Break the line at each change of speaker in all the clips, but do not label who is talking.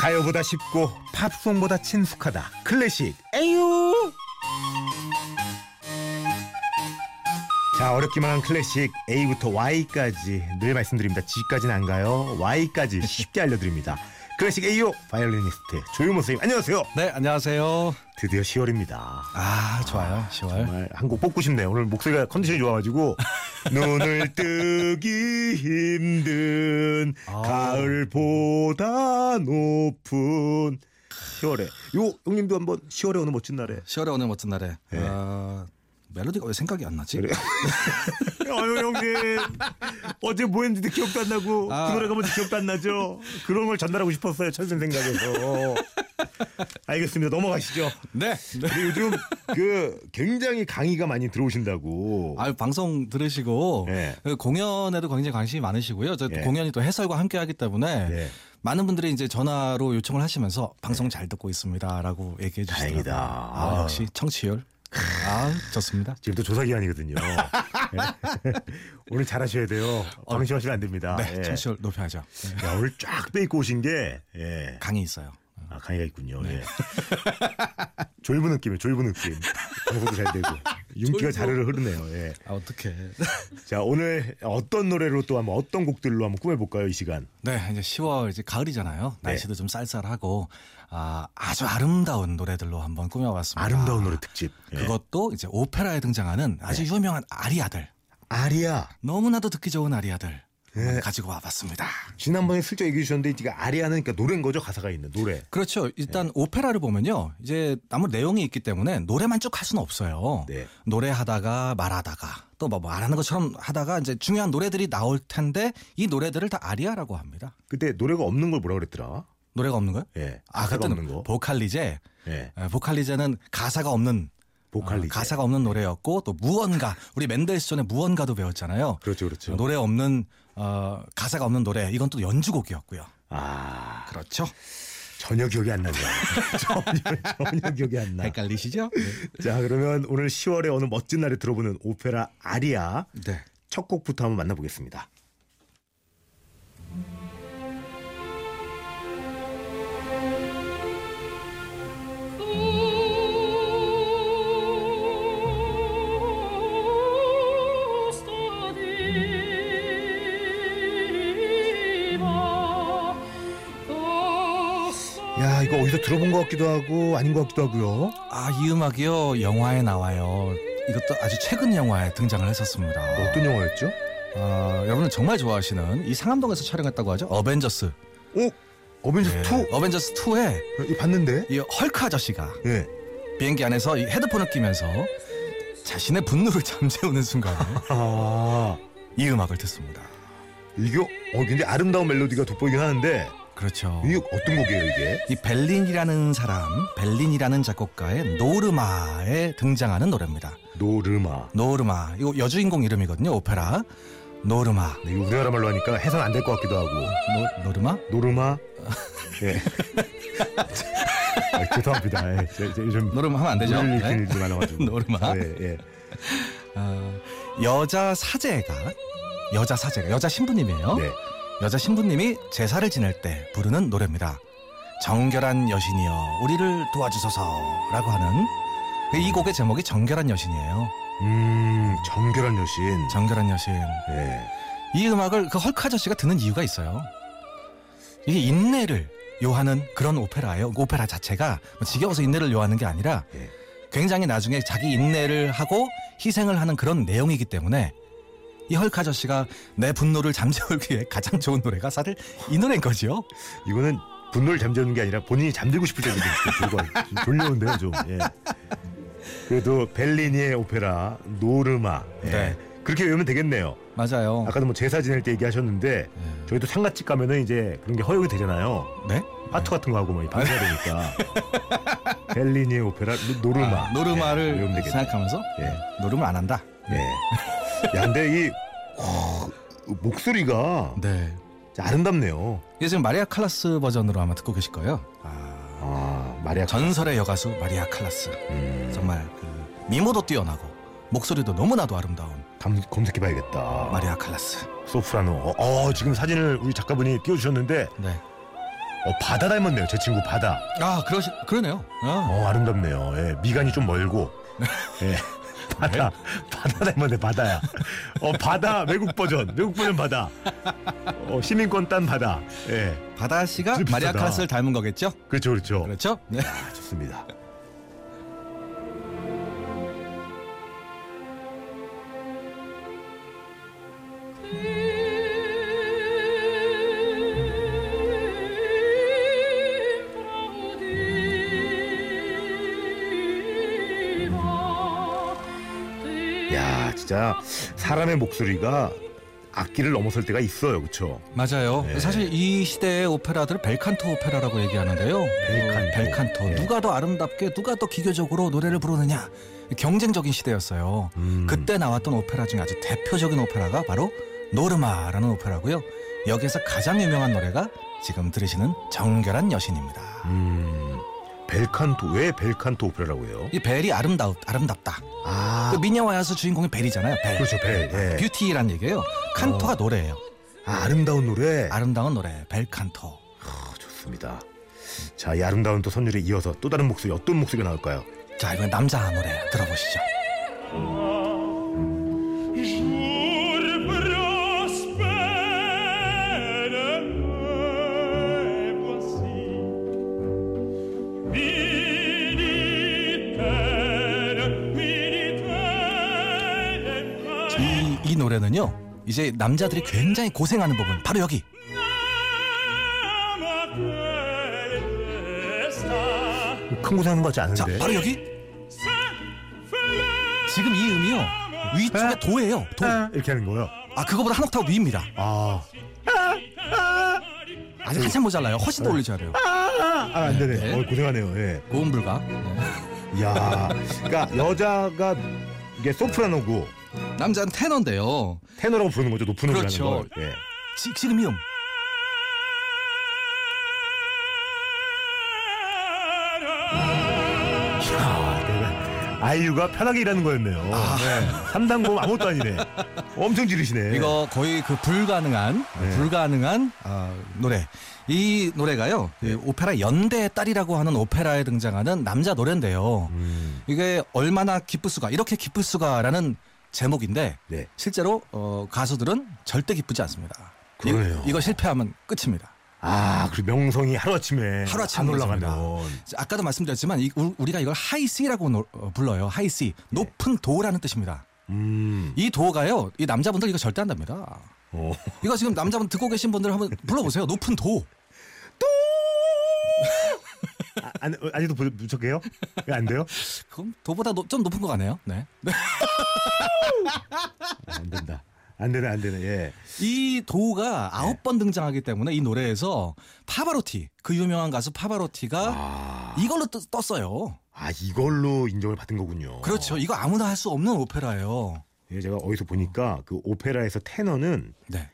가요보다 쉽고 팝송보다 친숙하다 클래식
에유
자 어렵기만 한 클래식 A부터 Y까지 늘 말씀드립니다 G까지는 안 가요 Y까지 쉽게 알려드립니다 클래식 AO 바이올리니스트 조유모 선생님 안녕하세요
네, 안녕하세요.
드디어 10월입니다
아, 좋아요. 10월.
정말 한 곡 뽑고 싶네요 오늘 목소리가 컨디션이 좋아가지고 눈을 뜨기 힘든
아.
가을보다 높은 10월에 요 형님도 한번 10월에 오는 멋진 날에
10월의 오늘 멋진 날에 아, 멜로디가 왜 생각이 안 나지?
어유 형님 어제 뭐 했는지도 기억도 안 나고
아.
그 노래가 뭔지 기억도 안 나죠 그런 걸 전달하고 싶었어요 천생 생각에서 알겠습니다 넘어가시죠
네. 네.
근데 요즘 그 굉장히 강의가 많이 들어오신다고
아, 방송 들으시고
네.
그 공연에도 굉장히 관심이 많으시고요. 저
네.
공연이 또 해설과 함께 하기 때문에
네.
많은 분들이 이제 전화로 요청을 하시면서 방송 잘 듣고 있습니다라고 얘기해 주시더라고요.
다행이다.
아, 역시 청취율. 아, 좋습니다.
지금 또 조사 기간이거든요 네. 오늘 잘하셔야 돼요 방심하시면 안 됩니다
네,
예.
청취율 높여야죠. 네.
야, 오늘 쫙 빼입고 오신 게 예.
강의 있어요.
아, 강의가 있군요. 예. 졸부 느낌이에요. 졸부 느낌. 방송도 잘 되고 윤기가 자르르 흐르네요. 예.
아, 어떡해.
자 오늘 어떤 노래로 또 한번 어떤 곡들로 한번 꾸며볼까요 이 시간
네, 이제 10월 이제 가을이잖아요.
네.
날씨도 좀 쌀쌀하고 아, 아주 아름다운 노래들로 한번 꾸며봤습니다.
아름다운 노래 특집 예. 네.
그것도 이제 오페라에 등장하는 아주 유명한 아리아들.
아리아
너무나도 듣기 좋은 아리아들
네.
가지고 와봤습니다.
지난번에 슬쩍 얘기해 주셨는데 지금 아리아는 그러니까 노래인 거죠 가사가 있는 노래
그렇죠. 일단 오페라를 보면요. 이제 아무 내용이 있기 때문에 노래만 쭉 할 수는 없어요.
네.
노래하다가 말하다가 또 뭐 말하는 것처럼 하다가 이제 중요한 노래들이 나올 텐데 이 노래들을 다 아리아라고 합니다.
그때 노래가 없는 걸 뭐라 그랬더라
노래가 없는 거요?
예
아,
가사가
그때는
없는 거
보컬리제.
예.
에, 보컬리제는 가사가 없는
보컬리제.
어, 가사가 없는 노래였고 또 무언가 우리 맨델스존의 무언가도 배웠잖아요.
그렇죠 그렇죠
노래 없는 어, 가사가 없는 노래 이건 또 연주곡이었고요.
아
그렇죠.
전혀 기억이 안 그러니까 나네요 전혀 전혀 기억이
네.
안나
헷갈리시죠?
자 그러면 오늘 10월에 어느 멋진 날에 들어보는 오페라 아리아
네.
첫 곡부터 한번 만나보겠습니다. 야 이거 어디서 들어본 것 같기도 하고 아닌 것 같기도 하고요.
아, 이 음악이요. 영화에 나와요. 이것도 아주 최근 영화에 등장을 했었습니다.
어떤 영화였죠?
아, 여러분은 정말 좋아하시는 이 상암동에서 촬영했다고 하죠. 어벤져스.
오 어벤져스
예,
2
어벤져스 2에
이거 봤는데.
이 헐크 아저씨가
예.
비행기 안에서 이 헤드폰을 끼면서 자신의 분노를 잠재우는 순간에
아
이 음악을 듣습니다.
이게 어 굉장히 아름다운 멜로디가 돋보이긴 하는데
그렇죠.
이게 어떤 곡이에요 이게?
이 벨린이라는 사람, 벨린이라는 작곡가의 노르마에 등장하는 노래입니다.
노르마.
노르마. 이거 여주인공 이름이거든요. 오페라. 노르마.
네, 이거 우리나라 말로 하니까 해선 안 될 것 같기도 하고.
노, 노르마?
노르마. 예. 아, 죄송합니다. 예, 제- 제 요즘
노르마 하면 안 되죠.
물
네.
읽히는 일도 많아가지고.
노르마.
예, 예.
아, 여자 사제가 여자 사제가 여자 신부님이에요.
네.
여자 신부님이 제사를 지낼 때 부르는 노래입니다. 정결한 여신이여 우리를 도와주소서라고 하는 그 이 곡의 제목이 정결한 여신이에요.
음, 정결한 여신.
정결한 여신.
예.
이 음악을 그 헐크 아저씨가 듣는 이유가 있어요. 이게 인내를 요하는 그런 오페라예요. 오페라 자체가 뭐 지겨워서 인내를 요하는 게 아니라
예.
굉장히 나중에 자기 인내를 하고 희생을 하는 그런 내용이기 때문에 이 헐크 아저씨가 내 분노를 잠재우기 위해 가장 좋은 노래가 사실 이 노래인 거지요.
이거는 분노를 잠재우는 게 아니라 본인이 잠들고 싶을 때 듣는 거 졸려온데요 좀. 예. 그래도 벨리니의 오페라 노르마. 예.
네.
그렇게 외우면 되겠네요.
맞아요.
아까도 뭐 제사 지낼 때 얘기하셨는데
예.
저희도 상가집 가면은 이제 그런 게 허용이 되잖아요.
네?
하트 같은 거 하고 막 반사 되니까. 벨리니의 오페라 노- 노르마.
아, 노르마를
예, 외우면 되겠네요.
생각하면서
예.
노르마 안 한다.
예. 야, 근데 이 와, 목소리가
네.
진짜 아름답네요.
이게 지금 마리아 칼라스 버전으로 아마 듣고 계실 거예요. 아,
아, 마리아
전설의 여가수 마리아 칼라스.
음,
정말 그 미모도 뛰어나고 목소리도 너무나도 아름다운
감- 검색해봐야겠다.
아. 마리아 칼라스.
소프라노. 어, 어, 지금 사진을 우리 작가분이 띄워주셨는데
네.
어, 바다 닮았네요. 제 친구 바다.
아 그러시 그러네요. 아,
어, 아름답네요. 예, 미간이 좀 멀고. 예. 바다. 바다 닮았네, 바다야. 어, 바다, 외국 버전. 외국 버전 바다. 어, 시민권 딴 바다. 예.
바다 씨가
슬프다.
마리아 카라스를 닮은 거겠죠?
그렇죠, 그렇죠.
그렇죠? 네.
아, 좋습니다. 야, 진짜 사람의 목소리가 악기를 넘어설 때가 있어요. 그렇죠?
맞아요.
네.
사실 이 시대의 오페라들을 벨칸토 오페라라고 얘기하는데요.
벨칸토.
어, 벨칸토.
예.
누가 더 아름답게 누가 더 기교적으로 노래를 부르느냐. 경쟁적인 시대였어요.
음.
그때 나왔던 오페라 중에 아주 대표적인 오페라가 바로 노르마라는 오페라고요. 여기에서 가장 유명한 노래가 지금 들으시는 정결한 여신입니다.
음. 벨칸토 왜 벨칸토 오페라라고 해요?
이 벨이 아름다우, 아름답다.
아,
그 미녀와야서 주인공이 벨이잖아요. 벨.
그렇죠 벨. 예.
뷰티란 얘기예요.
어.
칸토가 노래예요.
아, 아름다운 노래.
아름다운 노래 벨칸토.
아, 좋습니다. 자, 이 아름다운 또 선율에 이어서 또 다른 목소리 어떤 목소리가 나올까요?
자 이번 남자 노래 들어보시죠. 이, 이 노래는요. 이제 남자들이 굉장히 고생하는 부분 바로 여기
큰 고생하는 것 같지
자
않은데.
바로 여기 지금 이 음이요 위쪽에 도예요 도아
아, 이렇게 하는 거요.
그거보다 한 옥타브 위입니다
아,
아직
네.
한참 모자라요 훨씬 더 올리셔야 돼요
아, 아, 안 되네.
네.
어, 고생하네요. 예.
고음 불가 네.
야, 그러니까 여자가 이게 소프라노고
남자는 테너인데요
테너라고 부르는 거죠. 높은 음을
그렇죠.
하는 걸. 예.
지, 지금 이 음.
야, 내가 아이유가 편하게 일하는 거였네요. 네. 삼단고 아무것도 아니네. 엄청 지르시네.
이거 거의 그 불가능한
네.
불가능한 아, 노래. 이 노래가요. 그
네.
오페라 연대의 딸이라고 하는 오페라에 등장하는 남자 노래인데요.
음,
이게 얼마나 기쁠 수가 이렇게 기쁠 수가라는 제목인데
네.
실제로 어, 가수들은 절대 기쁘지 않습니다. 이-
그러네요.
이거 실패하면 끝입니다.
아, 그리고 명성이 하루아침에
하루아침에
안 올라가면
올라갑니다. 아까도 말씀드렸지만 이- 우- 우리가 이걸 하이 C라고 노- 어, 불러요. 하이 C 높은 도라는 뜻입니다.
음.
이 도가요. 이 남자분들 이거 절대 안 답니다.
어.
이거 지금 남자분 듣고 계신 분들 한번 불러보세요. 높은 도.
아, 안, 어, 아직도 부- 부족해요? 이거 안 돼요?
그럼 도보다 높- 좀 높은 것 같네요. 네. 네. 아,
안 된다. 안 되네, 안 되네. 예.
이 도가 아홉 번 등장하기 때문에 이 노래에서 파바로티 그 유명한 가수 파바로티가
아,
이걸로 또, 떴어요.
아 이걸로 인정을 받은 거군요.
그렇죠. 이거 아무나 할 수 없는 오페라예요.
예, 제가 어디서 보니까 그 오페라에서 테너는
네.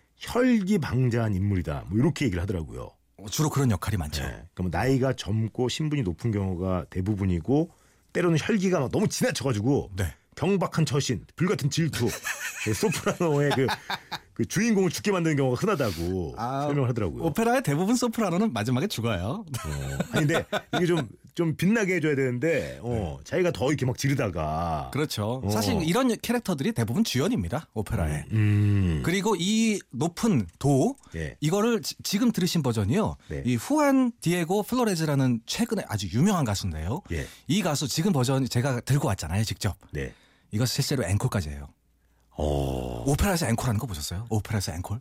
혈기방자한 인물이다. 뭐 이렇게 얘기를 하더라고요.
어, 주로 그런 역할이 많죠.
예. 그럼 나이가 젊고 신분이 높은 경우가 대부분이고 때로는 혈기가 막 너무 지나쳐가지고
네.
경박한 처신, 불같은 질투, 예, 소프라노의 그, 그 주인공을 죽게 만드는 경우가 흔하다고
아,
설명을 하더라고요.
오페라의 대부분 소프라노는 마지막에 죽어요.
어. 아니 근데 이게 좀 좀 빛나게 해줘야 되는데 어, 자기가 더 이렇게 막 지르다가
그렇죠.
어.
사실 이런 캐릭터들이 대부분 주연입니다. 오페라에.
음.
그리고 이 높은 도
예.
이거를 지- 지금 들으신 버전이요.
네.
이 후안 디에고 플로레즈라는 최근에 아주 유명한 가수인데요.
예.
이 가수 지금 버전 제가 들고 왔잖아요, 직접.
네.
이거 실제로 앵콜까지예요.
어.
오페라에서 앵콜하는 거 보셨어요? 오페라에서 앵콜?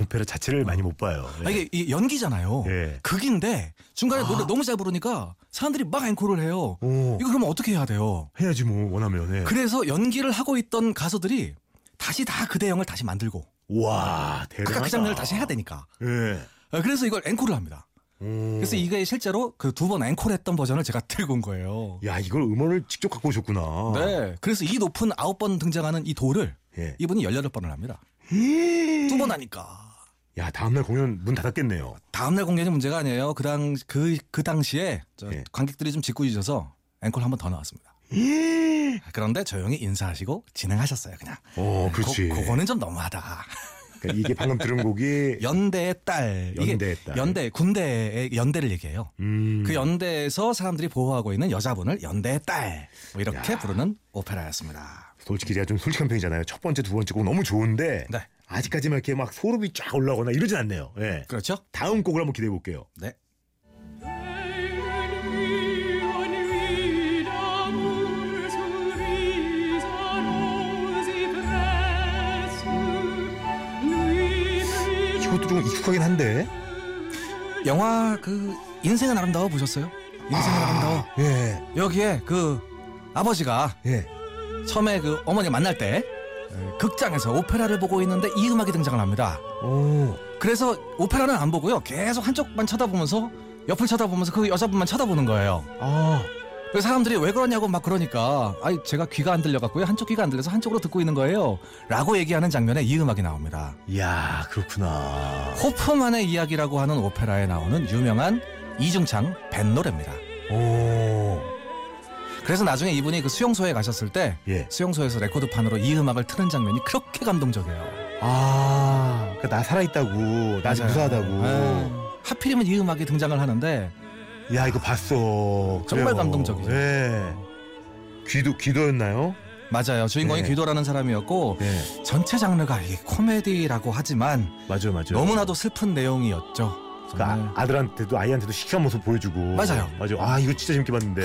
오페라 자체를 많이 못 봐요. 네.
아, 이게 이 연기잖아요.
예. 아.
극인데 중간에 노래 너무 잘 부르니까 사람들이 막 앵콜을 해요.
오.
이거 그러면 어떻게 해야 돼요?
해야지 뭐 원하면. 예.
그래서 연기를 하고 있던 가수들이 다시 다 그 대형을 다시 만들고
와 대단하다.
아까 그 장면을 다시 해야 되니까.
예.
아, 그래서 이걸 앵콜을 합니다.
오.
그래서 이게 실제로 그 두 번 앵콜했던 버전을 제가 들고 온 거예요.
야 이걸 음원을 직접 갖고 오셨구나.
네. 그래서 이 높은 아홉 번 등장하는 이 도를
예.
이분이 18번을 합니다. 두 번 하니까.
야 다음날 공연 문 닫았겠네요.
다음날 공연이 문제가 아니에요. 그 당, 그, 그 당시에 저
예.
관객들이 좀 짓궂으셔서 앵콜 한 번 더 나왔습니다.
예.
그런데 조용히 인사하시고 진행하셨어요, 그냥.
어, 그렇지.
거, 그거는 좀 너무하다.
그러니까 이게 방금 들은 곡이
연대의 딸. 이게
연대의 딸.
연대 군대의 연대를 얘기해요.
음,
그 연대에서 사람들이 보호하고 있는 여자분을 연대의 딸. 뭐 이렇게 부르는 오페라였습니다.
솔직히 제가 좀 솔직한 편이잖아요. 첫 번째, 두 번째 곡 너무 좋은데
네.
아직까지 막 이렇게 막 소름이 쫙 올라오거나 이러진 않네요. 예.
그렇죠?
다음 곡을 한번 기대해 볼게요.
네.
이것도 좀 익숙하긴 한데.
영화 그 인생은 아름다워 보셨어요? 인생은 아... 름다워
예.
여기에 그 아버지가
예.
처음에 그 어머니 만날 때 극장에서 오페라를 보고 있는데 이 음악이 등장을 합니다.
오.
그래서 오페라는 안 보고요. 계속 한쪽만 쳐다보면서 옆을 쳐다보면서 그 여자분만 쳐다보는 거예요.
아.
그래서 사람들이 왜 그러냐고 막 그러니까 아니 제가 귀가 안 들려갖고요. 한쪽 귀가 안 들려서 한쪽으로 듣고 있는 거예요. 라고 얘기하는 장면에 이 음악이 나옵니다.
이야, 그렇구나.
호프만의 이야기라고 하는 오페라에 나오는 유명한 이중창 밴 노래입니다.
오.
그래서 나중에 이분이 그 수용소에 가셨을 때
예.
수용소에서 레코드판으로 이 음악을 트는 장면이 그렇게 감동적이에요.
아. 그러니까 나 살아 있다고. 나 아직
맞아요.
무사하다고.
네. 하필이면 이 음악이 등장을 하는데
야, 이거 봤어.
정말 감동적이죠.
예. 귀도 귀도였나요?
맞아요. 주인공이
네.
귀도라는 사람이었고
예.
전체 장르가 이게 코미디라고 하지만
맞아요, 맞아요.
너무나도 슬픈 내용이었죠. 정말.
그렇죠. 그러니까 아- 아들한테도 아이한테도 시크한 모습 보여주고
네. 맞아요.
맞아요 아 이거 진짜 재밌게 봤는데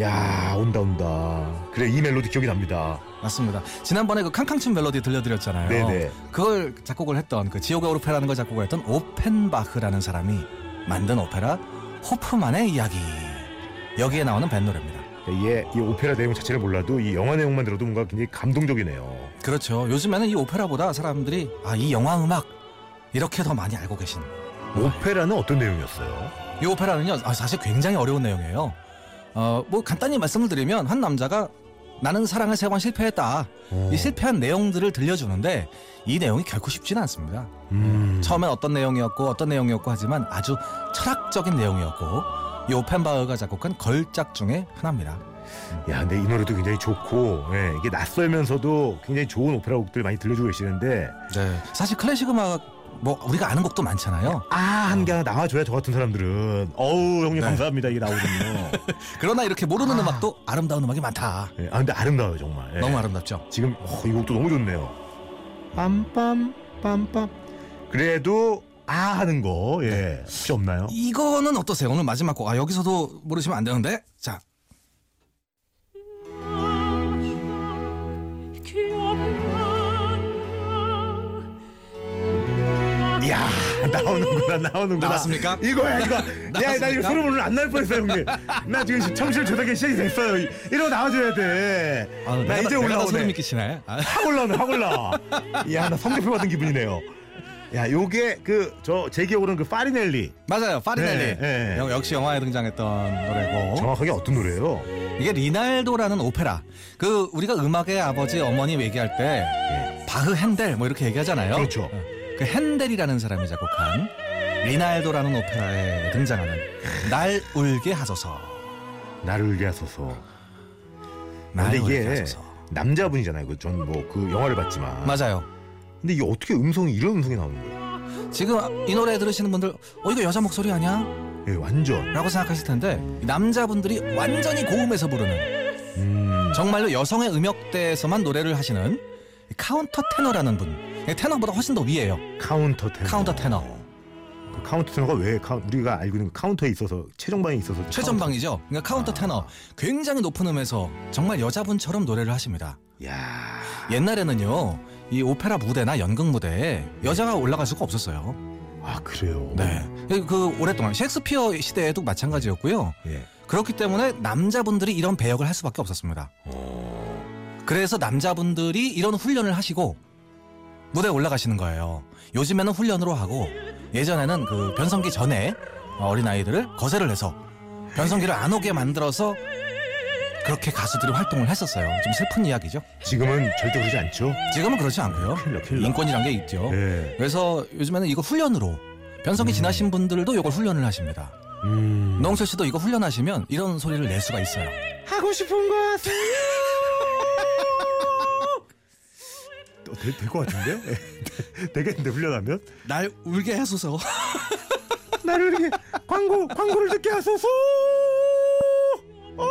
야 온다 온다 그래 이 멜로디 기억이 납니다
맞습니다. 지난번에 그 캉캉춤 멜로디 들려드렸잖아요.
네네
그걸 작곡을 했던 그 지오가 오페라는 걸 작곡을 했던 오펜바흐라는 사람이 만든 오페라 호프만의 이야기 여기에 나오는 밴 노래입니다.
그러니까 얘, 이 오페라 내용 자체를 몰라도 이 영화 내용만 들어도 뭔가 굉장히 감동적이네요
그렇죠. 요즘에는 이 오페라보다 사람들이 아 이 영화 음악 이렇게 더 많이 알고 계신.
오페라는 어떤 내용이었어요?
이 오페라는요 아, 사실 굉장히 어려운 내용이에요. 어 뭐 간단히 말씀을 드리면 한 남자가 나는 사랑을 세 번 실패했다. 이 실패한 내용들을 들려주는데 이 내용이 결코 쉽지는 않습니다.
음.
처음엔 어떤 내용이었고 어떤 내용이었고 하지만 아주 철학적인 내용이었고 이 오펜바흐가 작곡한 걸작 중에 하나입니다.
야 근데 이 노래도 굉장히 좋고 예, 이게 낯설면서도 굉장히 좋은 오페라 곡들 많이 들려주고 계시는데
사실 클래식 음악 뭐 우리가 아는 곡도 많잖아요.
네. 아한 개 하나 나와줘야 저 같은 사람들은 어우
네.
형님 감사합니다 이게 나오거든요
그러나 이렇게 모르는 음악도 아름다운 음악이 많다.
예, 아 근데 아름다워요 정말 예.
너무 아름답죠.
지금 어, 이 곡도 너무 좋네요. 빰빰 빰빰. 그래도 아 하는 거 예. 혹시 없나요?
이거는 어떠세요? 오늘 마지막 곡. 아 여기서도 모르시면 안 되는데. 자,
이야 나오는구나 나오는구나.
나왔습니까?
이거야 이거. 야 나 이거
나왔습니까?
소름 오늘 안날 뻔했어 형님. 나 지금 청실 조작의 시작이 됐어요. 이- 이러고 나와줘야 돼.
아,
나
내가
이제
다- 내가 다 소름
네. 올라오네.
끼치네. 아,
확 올라오네 확 올라. 이야 나 성적표 받은 기분이네요. 야 요게 그 저 제 기억으로는 그 파리넬리
맞아요.
네,
파리넬리.
네.
영- 역시 영화에 등장했던 노래고.
정확하게 어떤 노래예요?
이게 리날도라는 오페라. 그 우리가 음악의 아버지 어머니 얘기할 때
예.
바흐 핸델 뭐 이렇게 얘기하잖아요.
그렇죠.
어, 그 핸델이라는 사람이 작곡한 리날도라는 오페라에 등장하는 날 울게 하소서.
나를 위하소서
날
근데
울게
이게
하소서.
남자분이잖아요. 그 전 뭐 그 영화를 봤지만.
맞아요.
근데 이게 어떻게 음성이 이런 음성이 나오는 거예요?
지금 이 노래 들으시는 분들 어 이거 여자 목소리 아니야?
예, 완전.
라고 생각하실 텐데 남자분들이 완전히 고음에서 부르는
음.
정말로 여성의 음역대에서만 노래를 하시는 이 카운터 테너라는 분. 예, 테너보다 훨씬 더 위에요.
카운터 테너.
카운터 테너.
그 카운터 테너가 왜 카, 우리가 알고 있는 그 카운터에 있어서 최전방에 있어서
최전방이죠. 그러니까 카운터
아.
테너. 굉장히 높은 음에서 정말 여자분처럼 노래를 하십니다.
카운터- 야.
옛날에는요. 이 오페라 무대나 연극 무대에 여자가 올라갈 수가 없었어요.
아, 그래요.
네. 그 오랫동안 셰익스피어 시대에도 마찬가지였고요.
예.
그렇기 때문에 남자분들이 이런 배역을 할 수밖에 없었습니다.
어.
그래서 남자분들이 이런 훈련을 하시고 무대에 올라가시는 거예요. 요즘에는 훈련으로 하고 예전에는 그 변성기 전에 어린아이들을 거세를 해서 변성기를 안 오게 만들어서 그렇게 가수들이 활동을 했었어요. 좀 슬픈 이야기죠.
지금은 절대 그러지 않죠?
지금은 그렇지 않고요.
어,
큰일 나, 큰일 나.
인권이란 게 있죠.
네.
예.
그래서 요즘에는 이거 훈련으로 변성기
음.
지나신 분들도 이걸 훈련을 하십니다.
음.
노홍철 씨도 이거 훈련하시면 이런 소리를 낼 수가 있어요.
하고 싶은 것. 될것 같은데? 네, 되겠는데 훈련하면?
날 울게 해소서
나를 이렇게 광고 광고를 듣게 하소서. 오!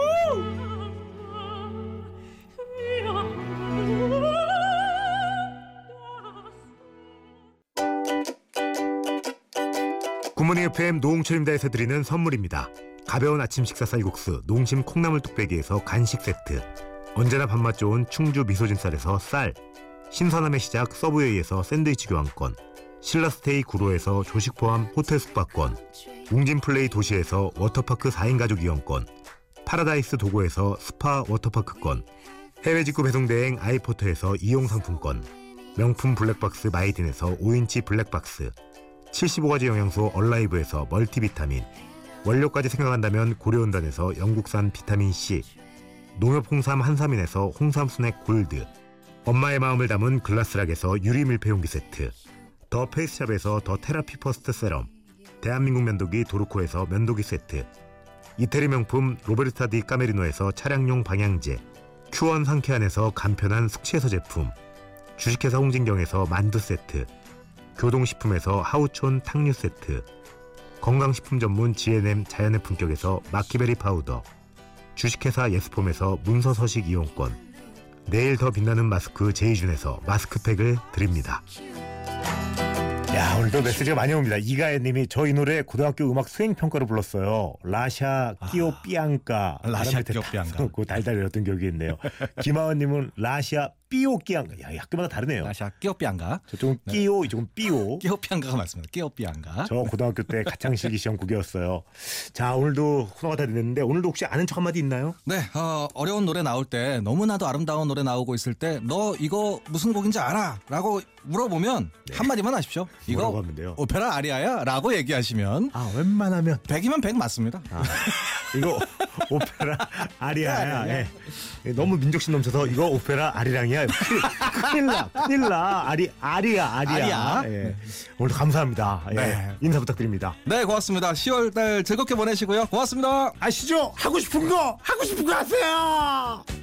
굿모닝 FM 노홍철입니다에서 드리는 선물입니다. 가벼운 아침 식사 쌀국수 농심 콩나물 뚝배기에서 간식 세트 언제나 밥맛 좋은 충주 미소진 쌀에서 쌀 신선함의 시작 서브웨이에서 샌드위치 교환권 신라스테이 구로에서 조식 포함 호텔 숙박권 웅진플레이 도시에서 워터파크 4인 가족 이용권 파라다이스 도고에서 스파 워터파크권 해외 직구 배송대행 아이포터에서 이용 상품권 명품 블랙박스 마이딘에서 5인치 블랙박스 75가지 영양소 얼라이브에서 멀티비타민 원료까지 생각한다면 고려온단에서 영국산 비타민C 농협 홍삼 한삼인에서 홍삼 스낵 골드 엄마의 마음을 담은 글라스락에서 유리 밀폐용기 세트 더 페이스샵에서 더 테라피 퍼스트 세럼 대한민국 면도기 도르코에서 면도기 세트 이태리 명품 로베르타 디 까메리노에서 차량용 방향제 큐원 상쾌한에서 간편한 숙취해소 제품 주식회사 홍진경에서 만두 세트 교동식품에서 하우촌 탕류 세트 건강식품 전문 GNM 자연의 품격에서 마키베리 파우더 주식회사 예스폼에서 문서 서식 이용권 내일 더 빛나는 마스크 제이준에서 마스크팩을 드립니다. 야 오늘도 메시지가 많이 옵니다. 이가연님이 저 이 노래 고등학교 음악 수행 평가로 불렀어요. 라샤 끼오 삐앙까
아, 라샤
바람 밑에
끼오
탁
삐앙까.
써놓고 그 달달 외웠던 기억이 있네요. 김하원님은 라샤 삐오 끼앙까. 야 학교마다 다르네요.
아샤 끼오삐안가
저쪽은 네. 끼오 이쪽은 삐오.
끼오삐안가가 맞습니다. 끼오삐안가
저 고등학교 때 가창실기 시험 국이었어요. 자 오늘도 코너가 다 됐는데 오늘도 혹시 아는 척 한마디 있나요?
네, 어, 어려운 노래 나올 때 너무나도 아름다운 노래 나오고 있을 때 너 이거 무슨 곡인지 알아? 라고 물어보면 한마디만 하십시오.
뭐라고
이거
하면 돼요?
오페라 아리아야? 라고 얘기하시면
아 웬만하면
100이면 100 맞습니다.
이거 오페라 아리아야. 예. 예, 너무 민족심 넘쳐서 이거 오페라 아리랑이야. 큰일- 큰일 나, 큰일 나. 아리 아리야, 아리야.
아리야.
예. 오늘 감사합니다. 예.
네.
인사 부탁드립니다.
네, 고맙습니다. 10월달 즐겁게 보내시고요. 고맙습니다.
아시죠? 하고 싶은 거 하고 싶은 거 하세요.